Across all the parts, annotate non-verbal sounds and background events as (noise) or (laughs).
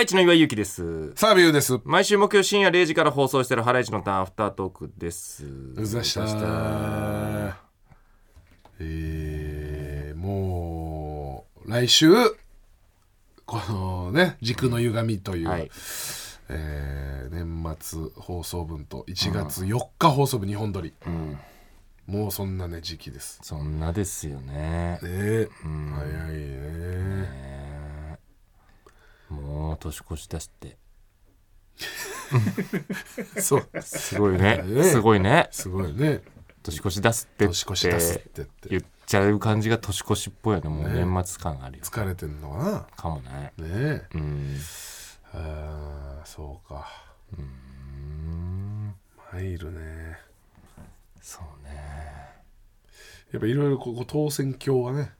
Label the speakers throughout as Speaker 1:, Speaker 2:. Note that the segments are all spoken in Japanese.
Speaker 1: イチの岩井ゆきです。
Speaker 2: サービューです。
Speaker 1: 毎週木曜深夜0時から放送しているハライチのターンアフタートークです。
Speaker 2: うざしたえー、もう、来週、このね、軸の歪みという、
Speaker 1: はい。
Speaker 2: えー年末放送分と1月4日放送分2本撮り。もうそんなね、時期です。
Speaker 1: そんなですよね。
Speaker 2: ねえ、早いね。
Speaker 1: もう年越し出 (laughs) して。
Speaker 2: そう、
Speaker 1: すごいね
Speaker 2: ね。
Speaker 1: すごいね。
Speaker 2: すごいね。
Speaker 1: 年越し出すってっ
Speaker 2: 年越し出すっててって。
Speaker 1: 言っちゃう感じが年越しっぽいよね。もう年末感があるよ。
Speaker 2: 疲れてんのか
Speaker 1: かもね。
Speaker 2: なねえ。
Speaker 1: うん。
Speaker 2: あーそうかうん参るね
Speaker 1: そうね。
Speaker 2: やっぱいろいろこう当選票はね、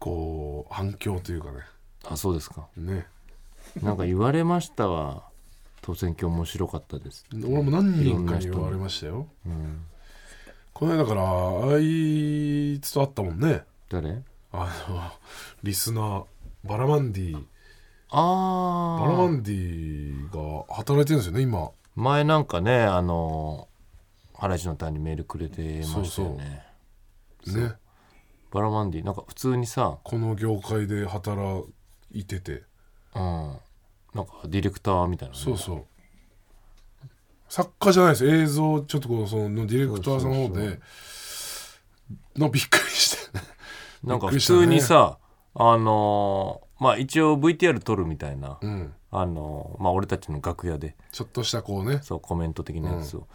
Speaker 2: こう反響というかね
Speaker 1: あ、そうですか。
Speaker 2: ね
Speaker 1: なんか言われましたわ。当選今日面白かったです。
Speaker 2: 俺も何人かに言われましたよ、この間だからあいつと会ったもんね
Speaker 1: 誰
Speaker 2: あのリスナーバラマンディ
Speaker 1: あ
Speaker 2: バラマ
Speaker 1: あ
Speaker 2: ンディが働いてるんですよね今
Speaker 1: 前なんかねあのハライチのターンにメールくれてましたよね
Speaker 2: そうそうね
Speaker 1: バラマンディなんか普通にさ、
Speaker 2: この業界で働いてて
Speaker 1: うん、なんかディレクターみたいなね、
Speaker 2: そうそう作家じゃないです映像ちょっとこうそののディレクターさんの方でのびっくりして
Speaker 1: なんか
Speaker 2: びっく
Speaker 1: 普
Speaker 2: りしたね
Speaker 1: 通にさ、あのまあ一応 VTR 撮るみたいな、
Speaker 2: うん
Speaker 1: あのまあ俺たちの楽屋で
Speaker 2: ちょっとしたこうね
Speaker 1: そうコメント的なやつを、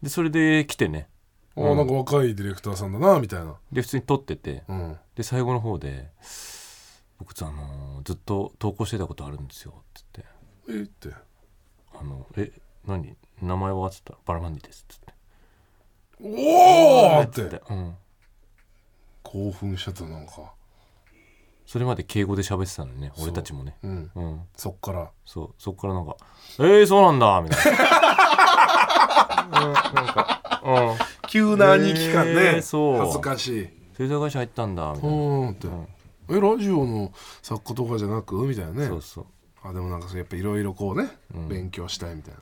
Speaker 1: でそれで来てね
Speaker 2: あーなんか若いディレクターさんだなみたいな
Speaker 1: で普通に撮ってて
Speaker 2: うん
Speaker 1: で最後の方で「僕、あのずっと投稿してたことあるんですよ」って言って。
Speaker 2: えって
Speaker 1: あの「え何名前は?」っつったら「バラマンディです」っつって
Speaker 2: おおっ
Speaker 1: つってて、うん、
Speaker 2: 興奮しちゃったなんか
Speaker 1: それまで敬語で喋ってたのにね俺たちもね
Speaker 2: うん
Speaker 1: うん
Speaker 2: そっから
Speaker 1: そうそっからなんか「えー、そうなんだ」み (laughs) たいなうんなんかうん
Speaker 2: 急
Speaker 1: な兄貴感ねえーそう
Speaker 2: 恥ずかしい
Speaker 1: 製造会社入ったんだみ
Speaker 2: う
Speaker 1: たいな、
Speaker 2: んって
Speaker 1: ん
Speaker 2: えラジオの作家とかじゃなくみたいなね
Speaker 1: そうそう
Speaker 2: あでもなんかそうやっぱいろいろこうね勉強したいみたいな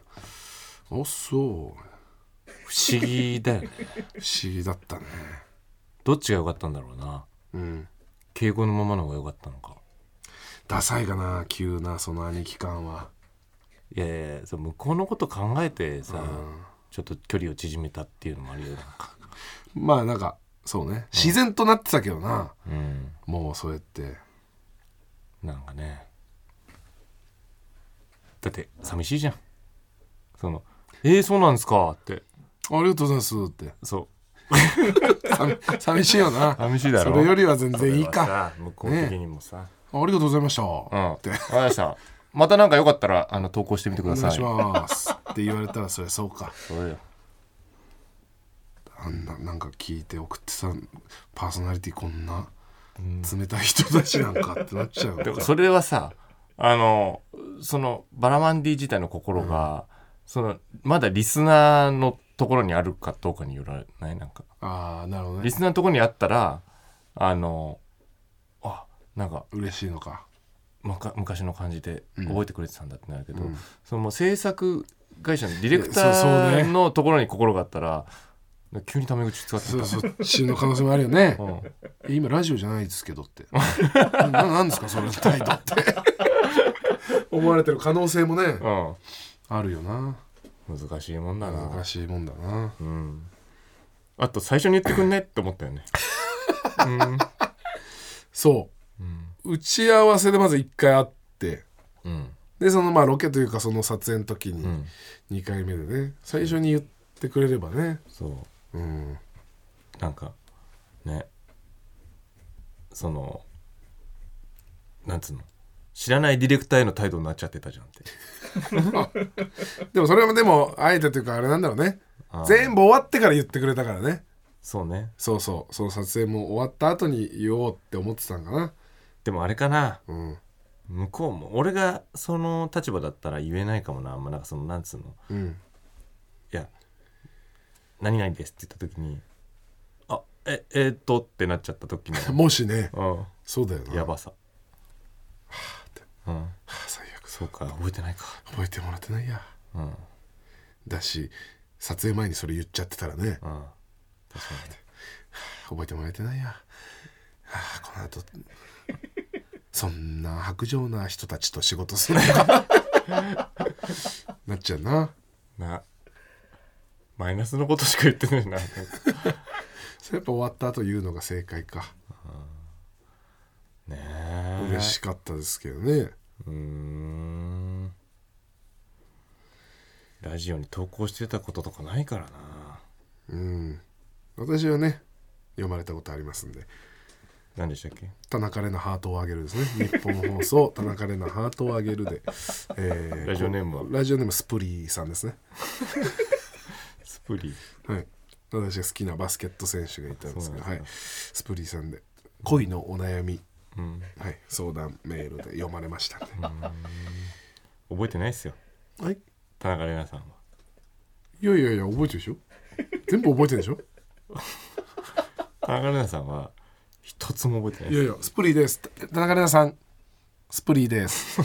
Speaker 2: あそ
Speaker 1: 不
Speaker 2: う
Speaker 1: 思議だよね
Speaker 2: 不思議だったね
Speaker 1: どっちが良かったんだろうな
Speaker 2: うん
Speaker 1: 敬語のままの方が良かったのか
Speaker 2: ダサいかな急なその兄貴感はい
Speaker 1: やいやそう向こうのこと考えてさ、
Speaker 2: ん
Speaker 1: ちょっと距離を縮めたっていうのもあるよなんか
Speaker 2: まあなんかそうね自然となってたけどな、
Speaker 1: うん
Speaker 2: もうそうやって
Speaker 1: なんかねだって寂しいじゃんその「えー、そうなんですか」って
Speaker 2: ありがとうございますって
Speaker 1: そう
Speaker 2: 寂 (laughs) 寂しいよな
Speaker 1: 寂しいだろ
Speaker 2: それよりは全然いい
Speaker 1: それ
Speaker 2: かあ
Speaker 1: はさ向こう的にもさ「
Speaker 2: りがとうございました、
Speaker 1: うん」
Speaker 2: っ
Speaker 1: っててましたまたなんかよかったらあの投稿してみてく
Speaker 2: お
Speaker 1: ださ
Speaker 2: 願
Speaker 1: い
Speaker 2: いしますって言われたらそりゃそうか
Speaker 1: そうよ
Speaker 2: あんななんか聞いて送ってさパーソナリティこんな冷たい人たちなんかってなっ (laughs) ちゃう
Speaker 1: でもそれはさあのそのバラマンディ自体の心が、そのまだリスナーのところにあるかどうかによらないなんか
Speaker 2: ああなるほど
Speaker 1: リ
Speaker 2: ね
Speaker 1: スナーのところにあったらあのあなんか
Speaker 2: 嬉しいのか
Speaker 1: まか昔の感じで
Speaker 2: うん
Speaker 1: 覚えてくれてたんだってなるけど、
Speaker 2: うん
Speaker 1: そのもう制作会社のディレクタ
Speaker 2: いやそうそう
Speaker 1: ー
Speaker 2: ね
Speaker 1: のところに心があったら急にタメ口使ってた
Speaker 2: そうそっちの可能性もあるよ (laughs) ね
Speaker 1: うん
Speaker 2: 今ラジオじゃないですけどって (laughs) ななんですかその態度って (laughs) 思われてる可能性もねあるよな
Speaker 1: うん、難しいもんだな
Speaker 2: 難しいもんだな
Speaker 1: うん、あと最初に言ってくんねって思ったよね
Speaker 2: そ
Speaker 1: うん、
Speaker 2: う打ち合わせでまず1回会って
Speaker 1: うん
Speaker 2: でそのまあロケというかその撮影の時
Speaker 1: う
Speaker 2: に
Speaker 1: ん、
Speaker 2: 2回目でね最初に言ってくれればね
Speaker 1: そう
Speaker 2: うん
Speaker 1: なんかねそのなんつうの知らないディレクターへの態度になっちゃってたじゃんって
Speaker 2: でもそれもでもあえてというかあれなんだろうね
Speaker 1: あー
Speaker 2: 全部終わってから言ってくれたからね
Speaker 1: そうね
Speaker 2: そうそうその撮影も終わった後に言おうって思ってたんかな
Speaker 1: でもあれかな
Speaker 2: うん
Speaker 1: 向こうも俺がその立場だったら言えないかもなあんまなんかそのなんつうの
Speaker 2: うん
Speaker 1: いや「何々です」って言った時に「あええー、っ
Speaker 2: (laughs)
Speaker 1: と」ってなっちゃった時の
Speaker 2: もしね
Speaker 1: う
Speaker 2: そうだよなん
Speaker 1: やばさうん、
Speaker 2: 最悪
Speaker 1: そうか覚えてないか
Speaker 2: 覚えてもらってないや
Speaker 1: うんうん
Speaker 2: だし撮影前にそれ言っちゃってたらね
Speaker 1: 確か
Speaker 2: 覚えてもらえてないや、はあ、この後そんな薄情な人たちと仕事するのか (laughs) なっちゃうな
Speaker 1: になマイナスのことしか言ってないな
Speaker 2: それやっぱ終わった後言うのが正解か
Speaker 1: ねえ
Speaker 2: 嬉しかったですけどね
Speaker 1: うーんラジオに投稿してたこととかないからな
Speaker 2: うん私はね読まれたことありますんで
Speaker 1: 何でしたっけ
Speaker 2: 田中玲奈ハートをあげるですね日本放送田中玲奈ハートをあげ
Speaker 1: (laughs)
Speaker 2: るで、え
Speaker 1: ラジオネームは
Speaker 2: こうラジオネームスプリーさんですね
Speaker 1: スプリー
Speaker 2: はい私が好きなバスケット選手がいたんですけど
Speaker 1: そうな
Speaker 2: は
Speaker 1: ん
Speaker 2: い
Speaker 1: で
Speaker 2: スプリーさんで恋のお悩み、
Speaker 1: うん
Speaker 2: はい、相談メールで読まれましたね、
Speaker 1: 覚えてないっすよ
Speaker 2: はい
Speaker 1: 田中玲奈さんはい
Speaker 2: やいやいや覚えてるでしょ全部覚えてるでしょ
Speaker 1: 田中玲奈さんは一つも (laughs) 覚えてない
Speaker 2: い
Speaker 1: っ
Speaker 2: や
Speaker 1: す
Speaker 2: いやスプリーです田中玲奈さんスプリーです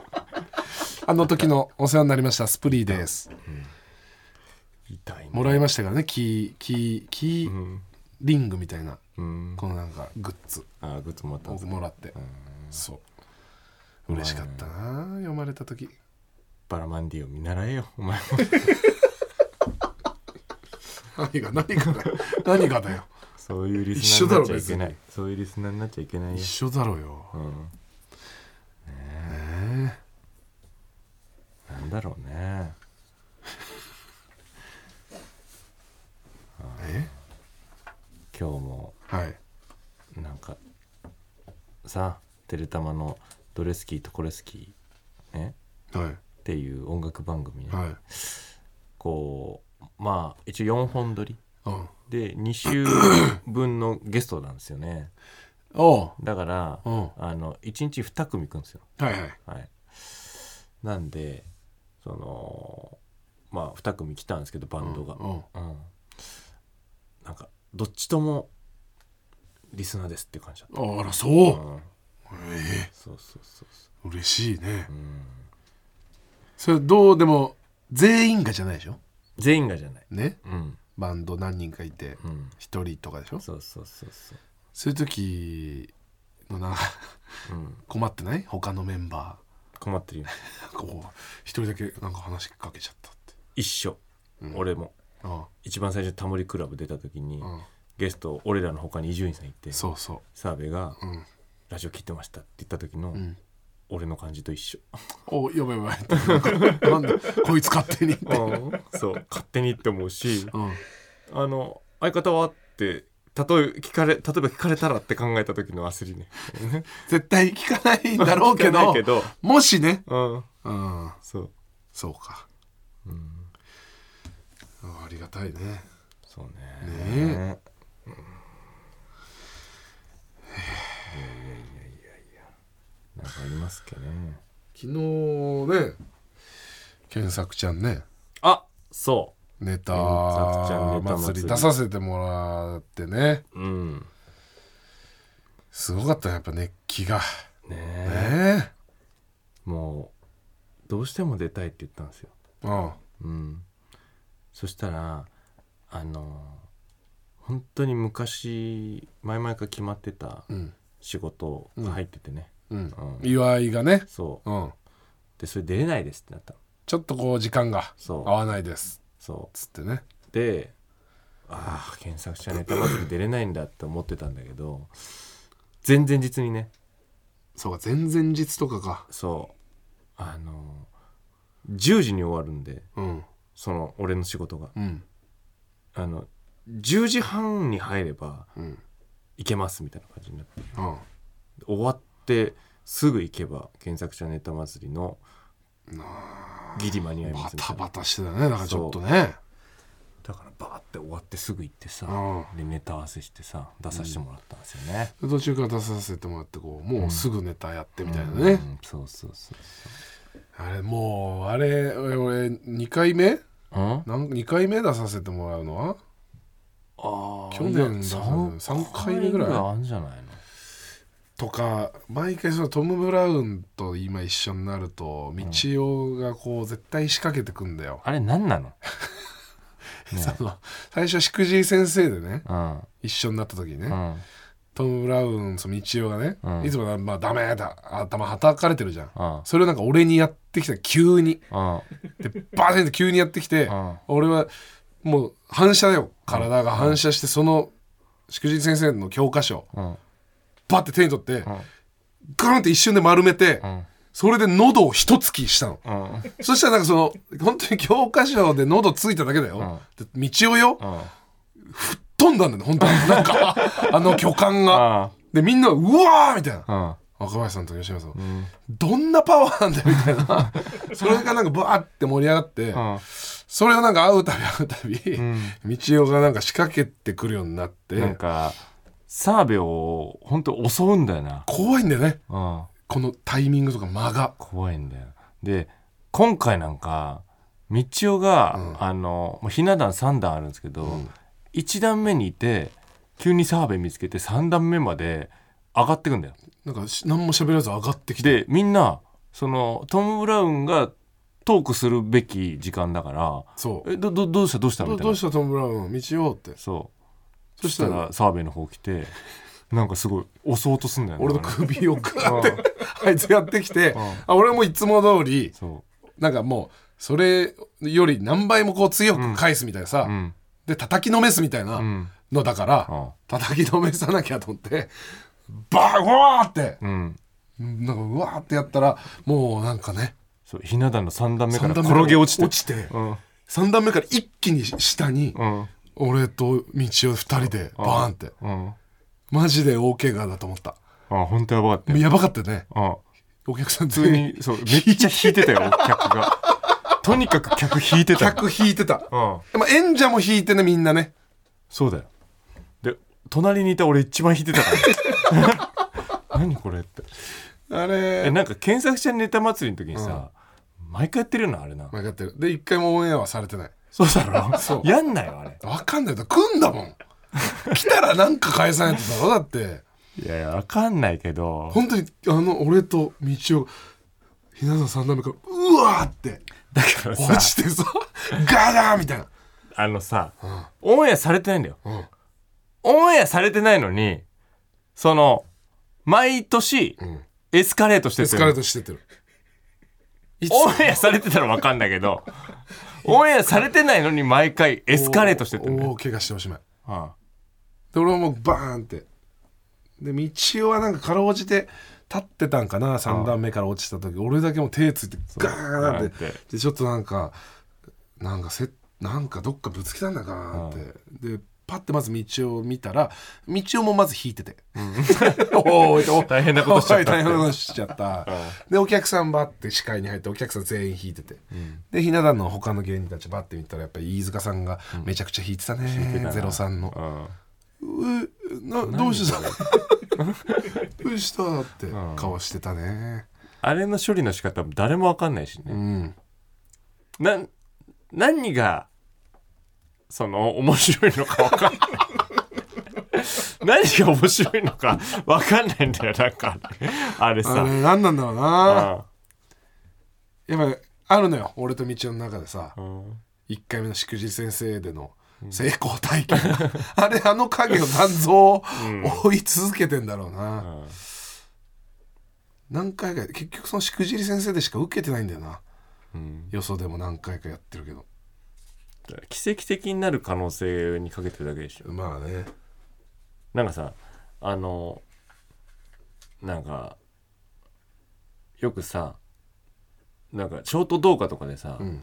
Speaker 1: (laughs)
Speaker 2: あの時のお世話になりましたスプリーです
Speaker 1: 痛いね
Speaker 2: もらいましたからねキーキーキー、
Speaker 1: うん
Speaker 2: リングみたいな
Speaker 1: うん
Speaker 2: このなんかグッズ
Speaker 1: あグッズもらったんです
Speaker 2: 僕
Speaker 1: ね
Speaker 2: もらってそう嬉しかったな読まれた時
Speaker 1: バラマンディを見習えよお前も
Speaker 2: 何が何がだよ (laughs) 何がだよ
Speaker 1: そういうリスナーになっちゃいけな
Speaker 2: 一緒だろ別に
Speaker 1: いそういうリスナーになっちゃいけないよ
Speaker 2: 一緒だろうよ
Speaker 1: うん
Speaker 2: ね
Speaker 1: なんだろうね
Speaker 2: え
Speaker 1: 今日も
Speaker 2: はい
Speaker 1: なんかさテレタマの「ドレスキーとコレスキー」ね
Speaker 2: は
Speaker 1: っていう音楽番組ね、
Speaker 2: いはい
Speaker 1: こうまあ一応4本撮り
Speaker 2: うん
Speaker 1: で2週分のゲストなんですよね
Speaker 2: おう
Speaker 1: だから
Speaker 2: うんは
Speaker 1: あの1日2組行くんですよ
Speaker 2: いはい
Speaker 1: はいなんでそのまあ2組来たんですけどバンドが
Speaker 2: うんうん
Speaker 1: うん、なんかどっちともリスナーですっていう感じだっ
Speaker 2: あら
Speaker 1: た、
Speaker 2: そう
Speaker 1: うん、
Speaker 2: え
Speaker 1: そうそうそうそ
Speaker 2: え嬉しいね
Speaker 1: う、うん、
Speaker 2: それどうでも全員がじゃないでしょ
Speaker 1: 全員がじゃない
Speaker 2: ね
Speaker 1: うん
Speaker 2: バンド何人かいて
Speaker 1: うん
Speaker 2: 一人とかでしょ
Speaker 1: そうそうそうそう
Speaker 2: そういう時のなんか
Speaker 1: うん
Speaker 2: 困ってない他のメンバー
Speaker 1: 困ってるよ
Speaker 2: こう一人だけなんか話しかけちゃったって、
Speaker 1: 一緒、
Speaker 2: うん
Speaker 1: 俺も
Speaker 2: あ
Speaker 1: 一番最初にタモリクラブ出た時に、
Speaker 2: あ、うん
Speaker 1: ゲスト俺らのほかに伊集院さんいて
Speaker 2: そうそ
Speaker 1: 澤部が
Speaker 2: ううん、
Speaker 1: 「ラジオ聞いてました」って言った時の、
Speaker 2: うん、
Speaker 1: 俺の感じと一緒
Speaker 2: おやばいやばい (laughs) なんかなんだこいつ勝手にって、
Speaker 1: (laughs) そう勝手にって思うし
Speaker 2: うん、
Speaker 1: あの相方はって例え聞かれ例えば聞かれたらって考えた時の焦 (laughs) りね
Speaker 2: 絶対聞かないんだろうけ
Speaker 1: 聞かな
Speaker 2: ど
Speaker 1: いけど
Speaker 2: もしね、
Speaker 1: うん
Speaker 2: うん、
Speaker 1: そう、
Speaker 2: そうか
Speaker 1: うん、
Speaker 2: あありがたいね
Speaker 1: そうね
Speaker 2: ね
Speaker 1: うんいやいやいやいやいやなんかありますっけね
Speaker 2: 昨日ね健作ちゃんね
Speaker 1: あそ
Speaker 2: ネタ
Speaker 1: 健作ちゃんネタ祭り
Speaker 2: 祭り出させてもらってね
Speaker 1: ううん
Speaker 2: すごかったねやっぱ熱気が
Speaker 1: ねえ
Speaker 2: ね
Speaker 1: もうどうしても出たいって言ったんですよ
Speaker 2: えうん
Speaker 1: うんそしたらあの本当に昔前々から決まってた
Speaker 2: うん
Speaker 1: 仕事が入っててね、
Speaker 2: うん
Speaker 1: うん
Speaker 2: 岩井がね
Speaker 1: そう
Speaker 2: うん
Speaker 1: でそれ出れないですってなったの
Speaker 2: ちょっとこう時間が
Speaker 1: そ
Speaker 2: 合
Speaker 1: う
Speaker 2: わないです
Speaker 1: そ
Speaker 2: つってね
Speaker 1: うでああ検索者ネタ祭り出れないんだって思ってたんだけど前々日にね
Speaker 2: そうか前々日とかか
Speaker 1: そうあの10時に終わるんで
Speaker 2: うん
Speaker 1: その俺の仕事が
Speaker 2: うん
Speaker 1: あの10時半に入れば
Speaker 2: うん
Speaker 1: 行けますみたいな感じになって
Speaker 2: うん
Speaker 1: 終わってすぐ行けば原作者ネタ祭りのギリ間に合いま
Speaker 2: バ
Speaker 1: すみた
Speaker 2: タ
Speaker 1: いな
Speaker 2: バタしてたねなんかちょっとね
Speaker 1: だからバーって終わってすぐ行ってさ
Speaker 2: う
Speaker 1: でネタ合わせしてさ出させてもらったんですよね、
Speaker 2: 途中から出させてもらってこうもうすぐネタやってみたいな
Speaker 1: う
Speaker 2: ね
Speaker 1: んそうそうそう
Speaker 2: あれもうあれ俺俺2回目
Speaker 1: そううん
Speaker 2: なん2回目出させてもらうのは
Speaker 1: ああ
Speaker 2: 去年だからね三回目ぐらい
Speaker 1: あんじゃないの
Speaker 2: とか毎回そのトム・ブラウンと今一緒になると道夫がこう絶対仕掛けてくんだよ、
Speaker 1: あれ何なの
Speaker 2: (laughs) その最初しくじり先生でね
Speaker 1: うん
Speaker 2: 一緒になった時にね、
Speaker 1: うん
Speaker 2: トム・ブラウンその道夫がね、
Speaker 1: うん
Speaker 2: いつもな、まあ、ダメだ頭はたかれてるじゃん、
Speaker 1: うん
Speaker 2: それをなんか俺にやってきた急に
Speaker 1: うん
Speaker 2: で (laughs) バーンって急にやってきて、
Speaker 1: うん
Speaker 2: 俺はもう反射だよ体が反射してそのしくじり先生の教科書
Speaker 1: うん
Speaker 2: バッて手に取って、
Speaker 1: ん
Speaker 2: ガーンって一瞬で丸めて、
Speaker 1: うん
Speaker 2: それで喉を一突きしたの。
Speaker 1: うんうん
Speaker 2: そしたらなんかその本当に教科書で喉ついただけだよ、で道をよ
Speaker 1: うん
Speaker 2: 飛んだんだね
Speaker 1: (laughs)
Speaker 2: 本当になんかあの巨漢が
Speaker 1: あ
Speaker 2: でみんなうわーみたいな
Speaker 1: あ
Speaker 2: 若林さんと吉村さん、
Speaker 1: うん
Speaker 2: どんなパワーなんだよみたいな (laughs) それがなんかバーって盛り上がって、
Speaker 1: うん
Speaker 2: それをなんか会うたび会うたび、
Speaker 1: うん
Speaker 2: 道夫がなんか仕掛けてくるようになって
Speaker 1: なんか澤部を本当襲うんだよな
Speaker 2: 怖いんだよね
Speaker 1: うん
Speaker 2: このタイミングとか間が
Speaker 1: 怖いんだよで今回なんか道夫が、
Speaker 2: うん
Speaker 1: あのもうひな壇3段あるんですけど、
Speaker 2: うん
Speaker 1: 一1段目にいて急に澤部見つけて3段目まで上がってくんだよ
Speaker 2: なんかし何も喋らず上がってきて
Speaker 1: でみんなそのトム・ブラウンがトークするべき時間だから
Speaker 2: そ
Speaker 1: 「
Speaker 2: う
Speaker 1: えどどどうしたどうした?」み
Speaker 2: ど
Speaker 1: たい
Speaker 2: ど
Speaker 1: な
Speaker 2: うしたトム・ブラウン道夫って
Speaker 1: そう
Speaker 2: そ
Speaker 1: そ
Speaker 2: し
Speaker 1: したた
Speaker 2: ら
Speaker 1: ら澤部の方来てなんかすごい襲おうとすんだよね
Speaker 2: 俺の
Speaker 1: なんか
Speaker 2: 首をグーっ
Speaker 1: うん
Speaker 2: て (laughs) あいつやってきて
Speaker 1: うん
Speaker 2: あ俺もいつも通り
Speaker 1: そ
Speaker 2: なんかもうそれより何倍もこう強く返すみたいなさ、
Speaker 1: ううん
Speaker 2: で叩きのめすみたいな
Speaker 1: うん
Speaker 2: のだから、
Speaker 1: うん
Speaker 2: 叩きのめさなきゃと思ってバーうわーって
Speaker 1: うん
Speaker 2: なんかうわーってやったらもうなんかね
Speaker 1: そうひな壇の3段目か
Speaker 2: 三
Speaker 1: ら
Speaker 2: 段目
Speaker 1: 転げ落ちて
Speaker 2: 落ちて
Speaker 1: うん
Speaker 2: 3段目から一気に下に
Speaker 1: うん
Speaker 2: 俺と道夫2人でバーンって
Speaker 1: うん、あ
Speaker 2: マジで大怪我だと思った
Speaker 1: 本当やばかったよ。
Speaker 2: やばかったよね
Speaker 1: あ
Speaker 2: お客さん
Speaker 1: 普通
Speaker 2: 全員
Speaker 1: にそうめっちゃ引いてたよ (laughs) 客が。とにかく客引いてたよ。
Speaker 2: 客引いてた
Speaker 1: うん、
Speaker 2: まあ、演者も引いてねみんなね
Speaker 1: そうだよ。で隣にいた俺一番引いてたから。 (laughs) 何これって。
Speaker 2: あ
Speaker 1: え
Speaker 2: れ
Speaker 1: なんか検索者ネタ祭りの時にさ、毎回やってるよなあれな。
Speaker 2: 分かってるで一回もオンエアはされてない
Speaker 1: そうだろ。
Speaker 2: そう
Speaker 1: やんないよあれ。
Speaker 2: 分かんないだ来んだもん来たらなんか返さないとだろだって
Speaker 1: いやいやわかんないけど。
Speaker 2: 本当にあの俺と道をひなさん3段目からうわーって
Speaker 1: だから
Speaker 2: 落
Speaker 1: さ
Speaker 2: ちてさガラーみたいな
Speaker 1: あのさ、オンエアされてないんだよ。
Speaker 2: うん
Speaker 1: オンエアされてないのにその毎年
Speaker 2: ん
Speaker 1: エスカレートして
Speaker 2: エ
Speaker 1: る
Speaker 2: スカレートしてってるいつ
Speaker 1: オンエアされてたら分かんないけ
Speaker 2: (laughs)
Speaker 1: どオンエアされてないのに毎回エスカレートしてってんだ
Speaker 2: お
Speaker 1: よ
Speaker 2: お、怪我しておしまい
Speaker 1: うん
Speaker 2: で俺はもうバーンってで道夫はなんかかろうじて立ってたんかな3段目から落ちた時俺だけもう手ついてガーンっ
Speaker 1: ガーン
Speaker 2: て
Speaker 1: って
Speaker 2: でちょっとなんかなんかせなんかどっかぶつけたんだかなって、でパッてまず道を見たら道をもまず引いてて、おーいおい
Speaker 1: 大変なことしちゃった
Speaker 2: おい大変なことしちゃった、でお客さんバッて視界に入ってお客さん全員引いてて、でひな壇の他の芸人たちバッて見たらやっぱり飯塚さんがめちゃくちゃ引いてたね、ゼロさんの、
Speaker 1: うん
Speaker 2: えなどうした (laughs) どうしたって顔してたね
Speaker 1: あれの処理の仕方も誰も分かんないし
Speaker 2: う
Speaker 1: ね、
Speaker 2: ん
Speaker 1: なん何がその面白いのか分かんない (laughs) 何が面白いのか分かんないんだよなんかあれ
Speaker 2: あ
Speaker 1: さ
Speaker 2: れ何なんだろうな
Speaker 1: あ
Speaker 2: やっぱりあるのよ俺と道夫の中でさ
Speaker 1: うん
Speaker 2: 1回目のしくじり先生での成功体験あれあの影を残像追い続けてんだろう
Speaker 1: う
Speaker 2: なん何回か結局そのしくじり先生でしか受けてないんだよな
Speaker 1: うん
Speaker 2: よそでも何回かやってるけど
Speaker 1: だから奇跡的になる可能性にかけてるだけでしょ
Speaker 2: まあね
Speaker 1: なんかさあのなんかよくさなんかショート動画とかでさ、
Speaker 2: うん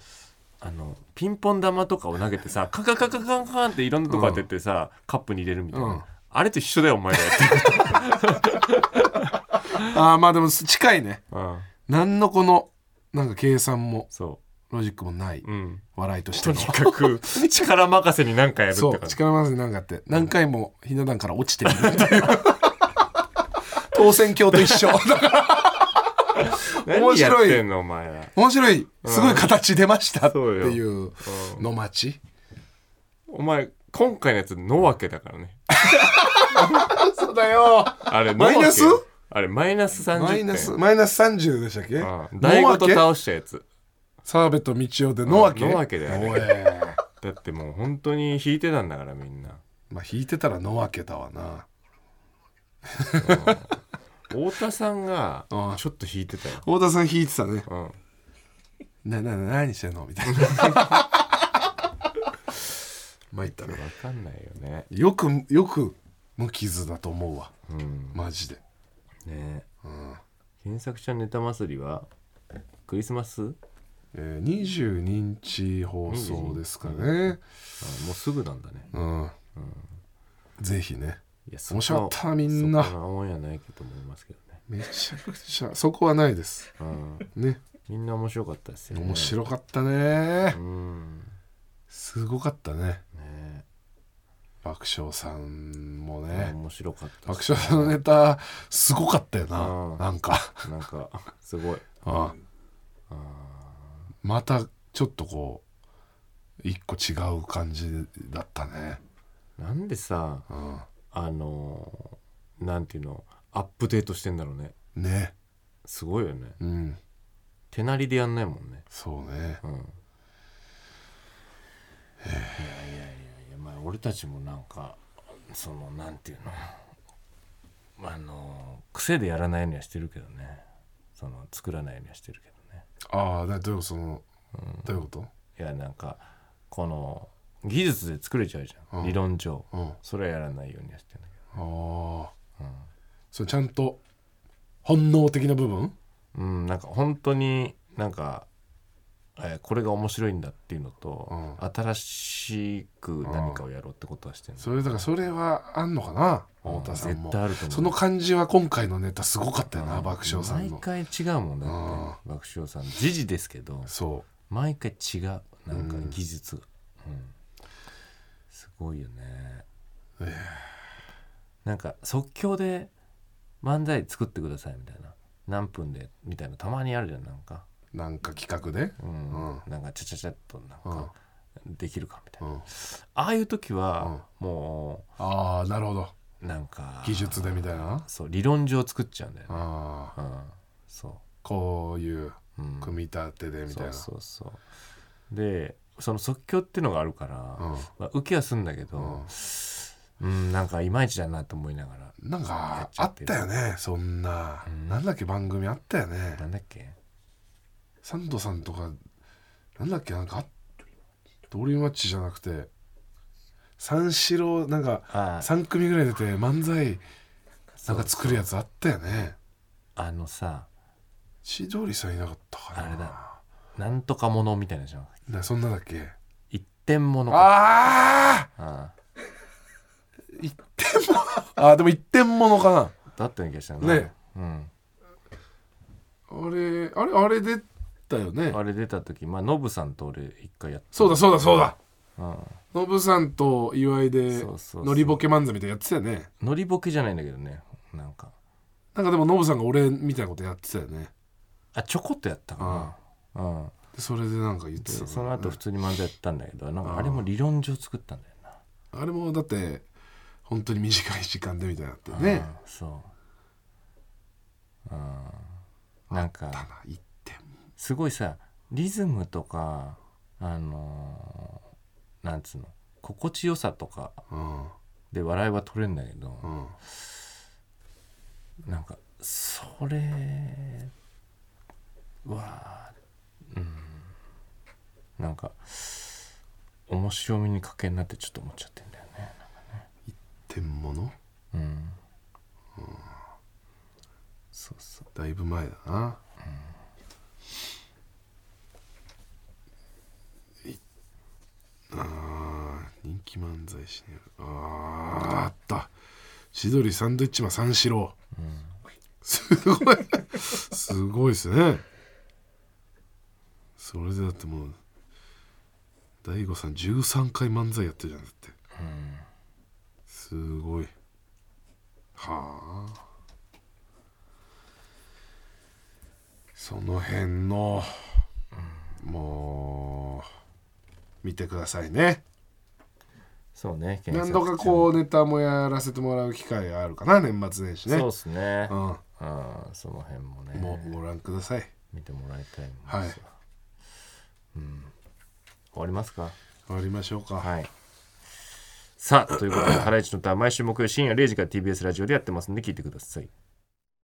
Speaker 1: あのピンポン玉とかを投げてさカカカカカンカンっていろんなとこ当ててさ、カップに入れるみたいな、
Speaker 2: うん
Speaker 1: あれと一緒だよお前らやってる
Speaker 2: (laughs)
Speaker 1: こと
Speaker 2: ああまあでも近いね
Speaker 1: うん
Speaker 2: 何のこのなんか計算も
Speaker 1: そ
Speaker 2: ロジックもないう
Speaker 1: うん
Speaker 2: 笑いとし
Speaker 1: と
Speaker 2: て
Speaker 1: に
Speaker 2: の
Speaker 1: かく力任せに何かやるって
Speaker 2: そ
Speaker 1: 感
Speaker 2: う
Speaker 1: じ
Speaker 2: 力まずになんかあって何回もひな壇から落ちている (laughs) っていう当選鏡と一緒 (laughs) 面
Speaker 1: 何やっ
Speaker 2: 白い
Speaker 1: てんのお前ら
Speaker 2: 面白いすごい形出ましたっていう
Speaker 1: そうよ
Speaker 2: の待ち
Speaker 1: お前今回のやつのわけだからね
Speaker 2: そうだよ
Speaker 1: あれ
Speaker 2: マイナス
Speaker 1: のわけよあれマイナス30点
Speaker 2: マイナスマイナス30でしたっけ
Speaker 1: うん大ごと倒したやつ
Speaker 2: 澤部と道夫で野分け
Speaker 1: 野分けだよね
Speaker 2: おえ
Speaker 1: だってもう本当に引いてたんだからみんな
Speaker 2: まあ引いてたら野分けだわな
Speaker 1: 太田さんが
Speaker 2: うん
Speaker 1: ちょっと引いてたよ、
Speaker 2: 太田さん引いてたね
Speaker 1: うん、
Speaker 2: ななな何してんのみた (laughs) いな参ったね
Speaker 1: 分かんないよね
Speaker 2: よくよく無傷だと思うわ
Speaker 1: うん
Speaker 2: マジで
Speaker 1: ね検索ちゃんネタ祭りはクリスマスあも
Speaker 2: えー、22日放送ですかね
Speaker 1: うすぐなんだね
Speaker 2: うん、ぜひね
Speaker 1: いやそこ
Speaker 2: 面白かったみんな
Speaker 1: そんな思いはないけど思いますけどね、
Speaker 2: めちゃくちゃそこはないです
Speaker 1: うん、
Speaker 2: ね
Speaker 1: みんな面白かったですよね
Speaker 2: 面白かったね
Speaker 1: うん
Speaker 2: すごかったね
Speaker 1: ね
Speaker 2: 爆笑さんもね
Speaker 1: 面白かったっ
Speaker 2: 爆
Speaker 1: す
Speaker 2: 笑さんのネタすごかったよな、
Speaker 1: うん
Speaker 2: なんか、
Speaker 1: なんかすごい
Speaker 2: うんまたちょっとこう一個違う感じだったね、
Speaker 1: なんでさ
Speaker 2: うん、
Speaker 1: あのーなんていうのアップデートしてんだろうね
Speaker 2: ね
Speaker 1: すごいよね
Speaker 2: うん
Speaker 1: 手なりでやんないもんね
Speaker 2: そうね
Speaker 1: うんいやいやいやいやまあ俺たちもなんかそのなんていうのあの癖でやらないようにはしてるけどねその作らないようにはしてるけどね
Speaker 2: ああだどういうその、どういうこ
Speaker 1: いやなんかこの技術で作れちゃうじゃん、
Speaker 2: うん
Speaker 1: 理論上
Speaker 2: と、うん、
Speaker 1: それはやらないようにはしてんだけ
Speaker 2: ああ
Speaker 1: ど
Speaker 2: それちゃんと本能的な部分
Speaker 1: うん、うん、なんか本当になんか、えーこれが面白いんだっていうのと、新しく何かをやろうってことはしてる
Speaker 2: それだからそれはあんのかな
Speaker 1: うん
Speaker 2: 太田さんも
Speaker 1: 絶対あると思う
Speaker 2: その感じは今回のネタすごかったよな
Speaker 1: うん
Speaker 2: 爆笑さん
Speaker 1: 毎
Speaker 2: の
Speaker 1: 回違うもんだって爆笑さん時事ですけど
Speaker 2: そ
Speaker 1: 毎回違うなんか技術が、うんすごいよね
Speaker 2: う、えー
Speaker 1: なんか即興で漫才作ってくださいみたいな何分でみたいなたまにあるじゃんなんか、
Speaker 2: なんか企画で、
Speaker 1: うん
Speaker 2: うん
Speaker 1: なんかちゃちゃちゃっとなんかできるかみたいうな、
Speaker 2: ん、
Speaker 1: ああいう時はも
Speaker 2: ああなるほど
Speaker 1: うなんか
Speaker 2: 技術でみたいな
Speaker 1: そう理論上作っちゃうんだよね、
Speaker 2: ああ
Speaker 1: うん、そ
Speaker 2: こういう
Speaker 1: う、うん、
Speaker 2: 組み立てでみたいな、
Speaker 1: そうそうそうでその即興っていうのがあるから、まあ、受けはすんだけどうん、なんかいまいちだなと思いながら
Speaker 2: うん、なん
Speaker 1: やっ
Speaker 2: か
Speaker 1: ちゃ
Speaker 2: あ
Speaker 1: っ
Speaker 2: って
Speaker 1: る
Speaker 2: たよねそんな、
Speaker 1: うん
Speaker 2: なんだっけ番組あったよね
Speaker 1: なんだっけ
Speaker 2: サンドさんとかなんだっけなんかあドリームマッチじゃなくて三四郎なんか
Speaker 1: あ
Speaker 2: 3組ぐらい出て漫才
Speaker 1: そ
Speaker 2: な
Speaker 1: うん
Speaker 2: か作るやつあったよね
Speaker 1: あのさ
Speaker 2: 千鳥さんいなかったかな
Speaker 1: あれなんとかものみたいなじゃん
Speaker 2: なそんなだっけ
Speaker 1: 一点ものか
Speaker 2: ああ
Speaker 1: あ
Speaker 2: 一点もあーでも一点ものかな
Speaker 1: あだったような気がしたな
Speaker 2: ね
Speaker 1: うん、
Speaker 2: あれあれあれ出たよね
Speaker 1: あれ出た時まあノブさんと俺一回やっ
Speaker 2: そうだそうだそうだ
Speaker 1: た、うん、
Speaker 2: ノブさんと岩井で
Speaker 1: そうそうそう
Speaker 2: ノリボケ漫才みたいなやってたよね
Speaker 1: ノリボケじゃないんだけどねなんか
Speaker 2: なんかでもノブさんが俺みたいなことやってたよね
Speaker 1: あちょこっとやったかなうん
Speaker 2: でそれでなんか言ってた
Speaker 1: で
Speaker 2: よね
Speaker 1: その後普通に漫才やったんだけどなんかあれも理論上作ったんだよな
Speaker 2: あれもだって本当に短い時間でみたいなってね
Speaker 1: うんそううんなん
Speaker 2: た
Speaker 1: か
Speaker 2: だ一点
Speaker 1: すごいさリズムとかあのーなんつうの心地よさとか
Speaker 2: うん
Speaker 1: で笑いは取れるんだけど
Speaker 2: うん
Speaker 1: なんかそれはうんなんか面白みに欠けんなってちょっと思っちゃってんだよね
Speaker 2: 点もの
Speaker 1: うんそうそう
Speaker 2: だいぶ前だな、いあー人気漫才師ねあーあった千鳥サンドイッチマン三四郎、すごいすごいですねそれでだってもう大悟さん13回漫才やってるじゃんだって、すごいはあその辺の、もう見てくださいね
Speaker 1: そうね検
Speaker 2: 何
Speaker 1: 索
Speaker 2: 度かこうネタもやらせてもらう機会あるかな年末年始ね
Speaker 1: そうですね
Speaker 2: う。ん、
Speaker 1: ああその辺もね
Speaker 2: もうご覧ください
Speaker 1: 見てもらいたいもんです
Speaker 2: はい
Speaker 1: うん、終わりますか
Speaker 2: 終わりましょうかはい
Speaker 1: はいさあということで「ハライチのターン」毎週木曜深夜0時から TBS ラジオでやってますんで聞いてください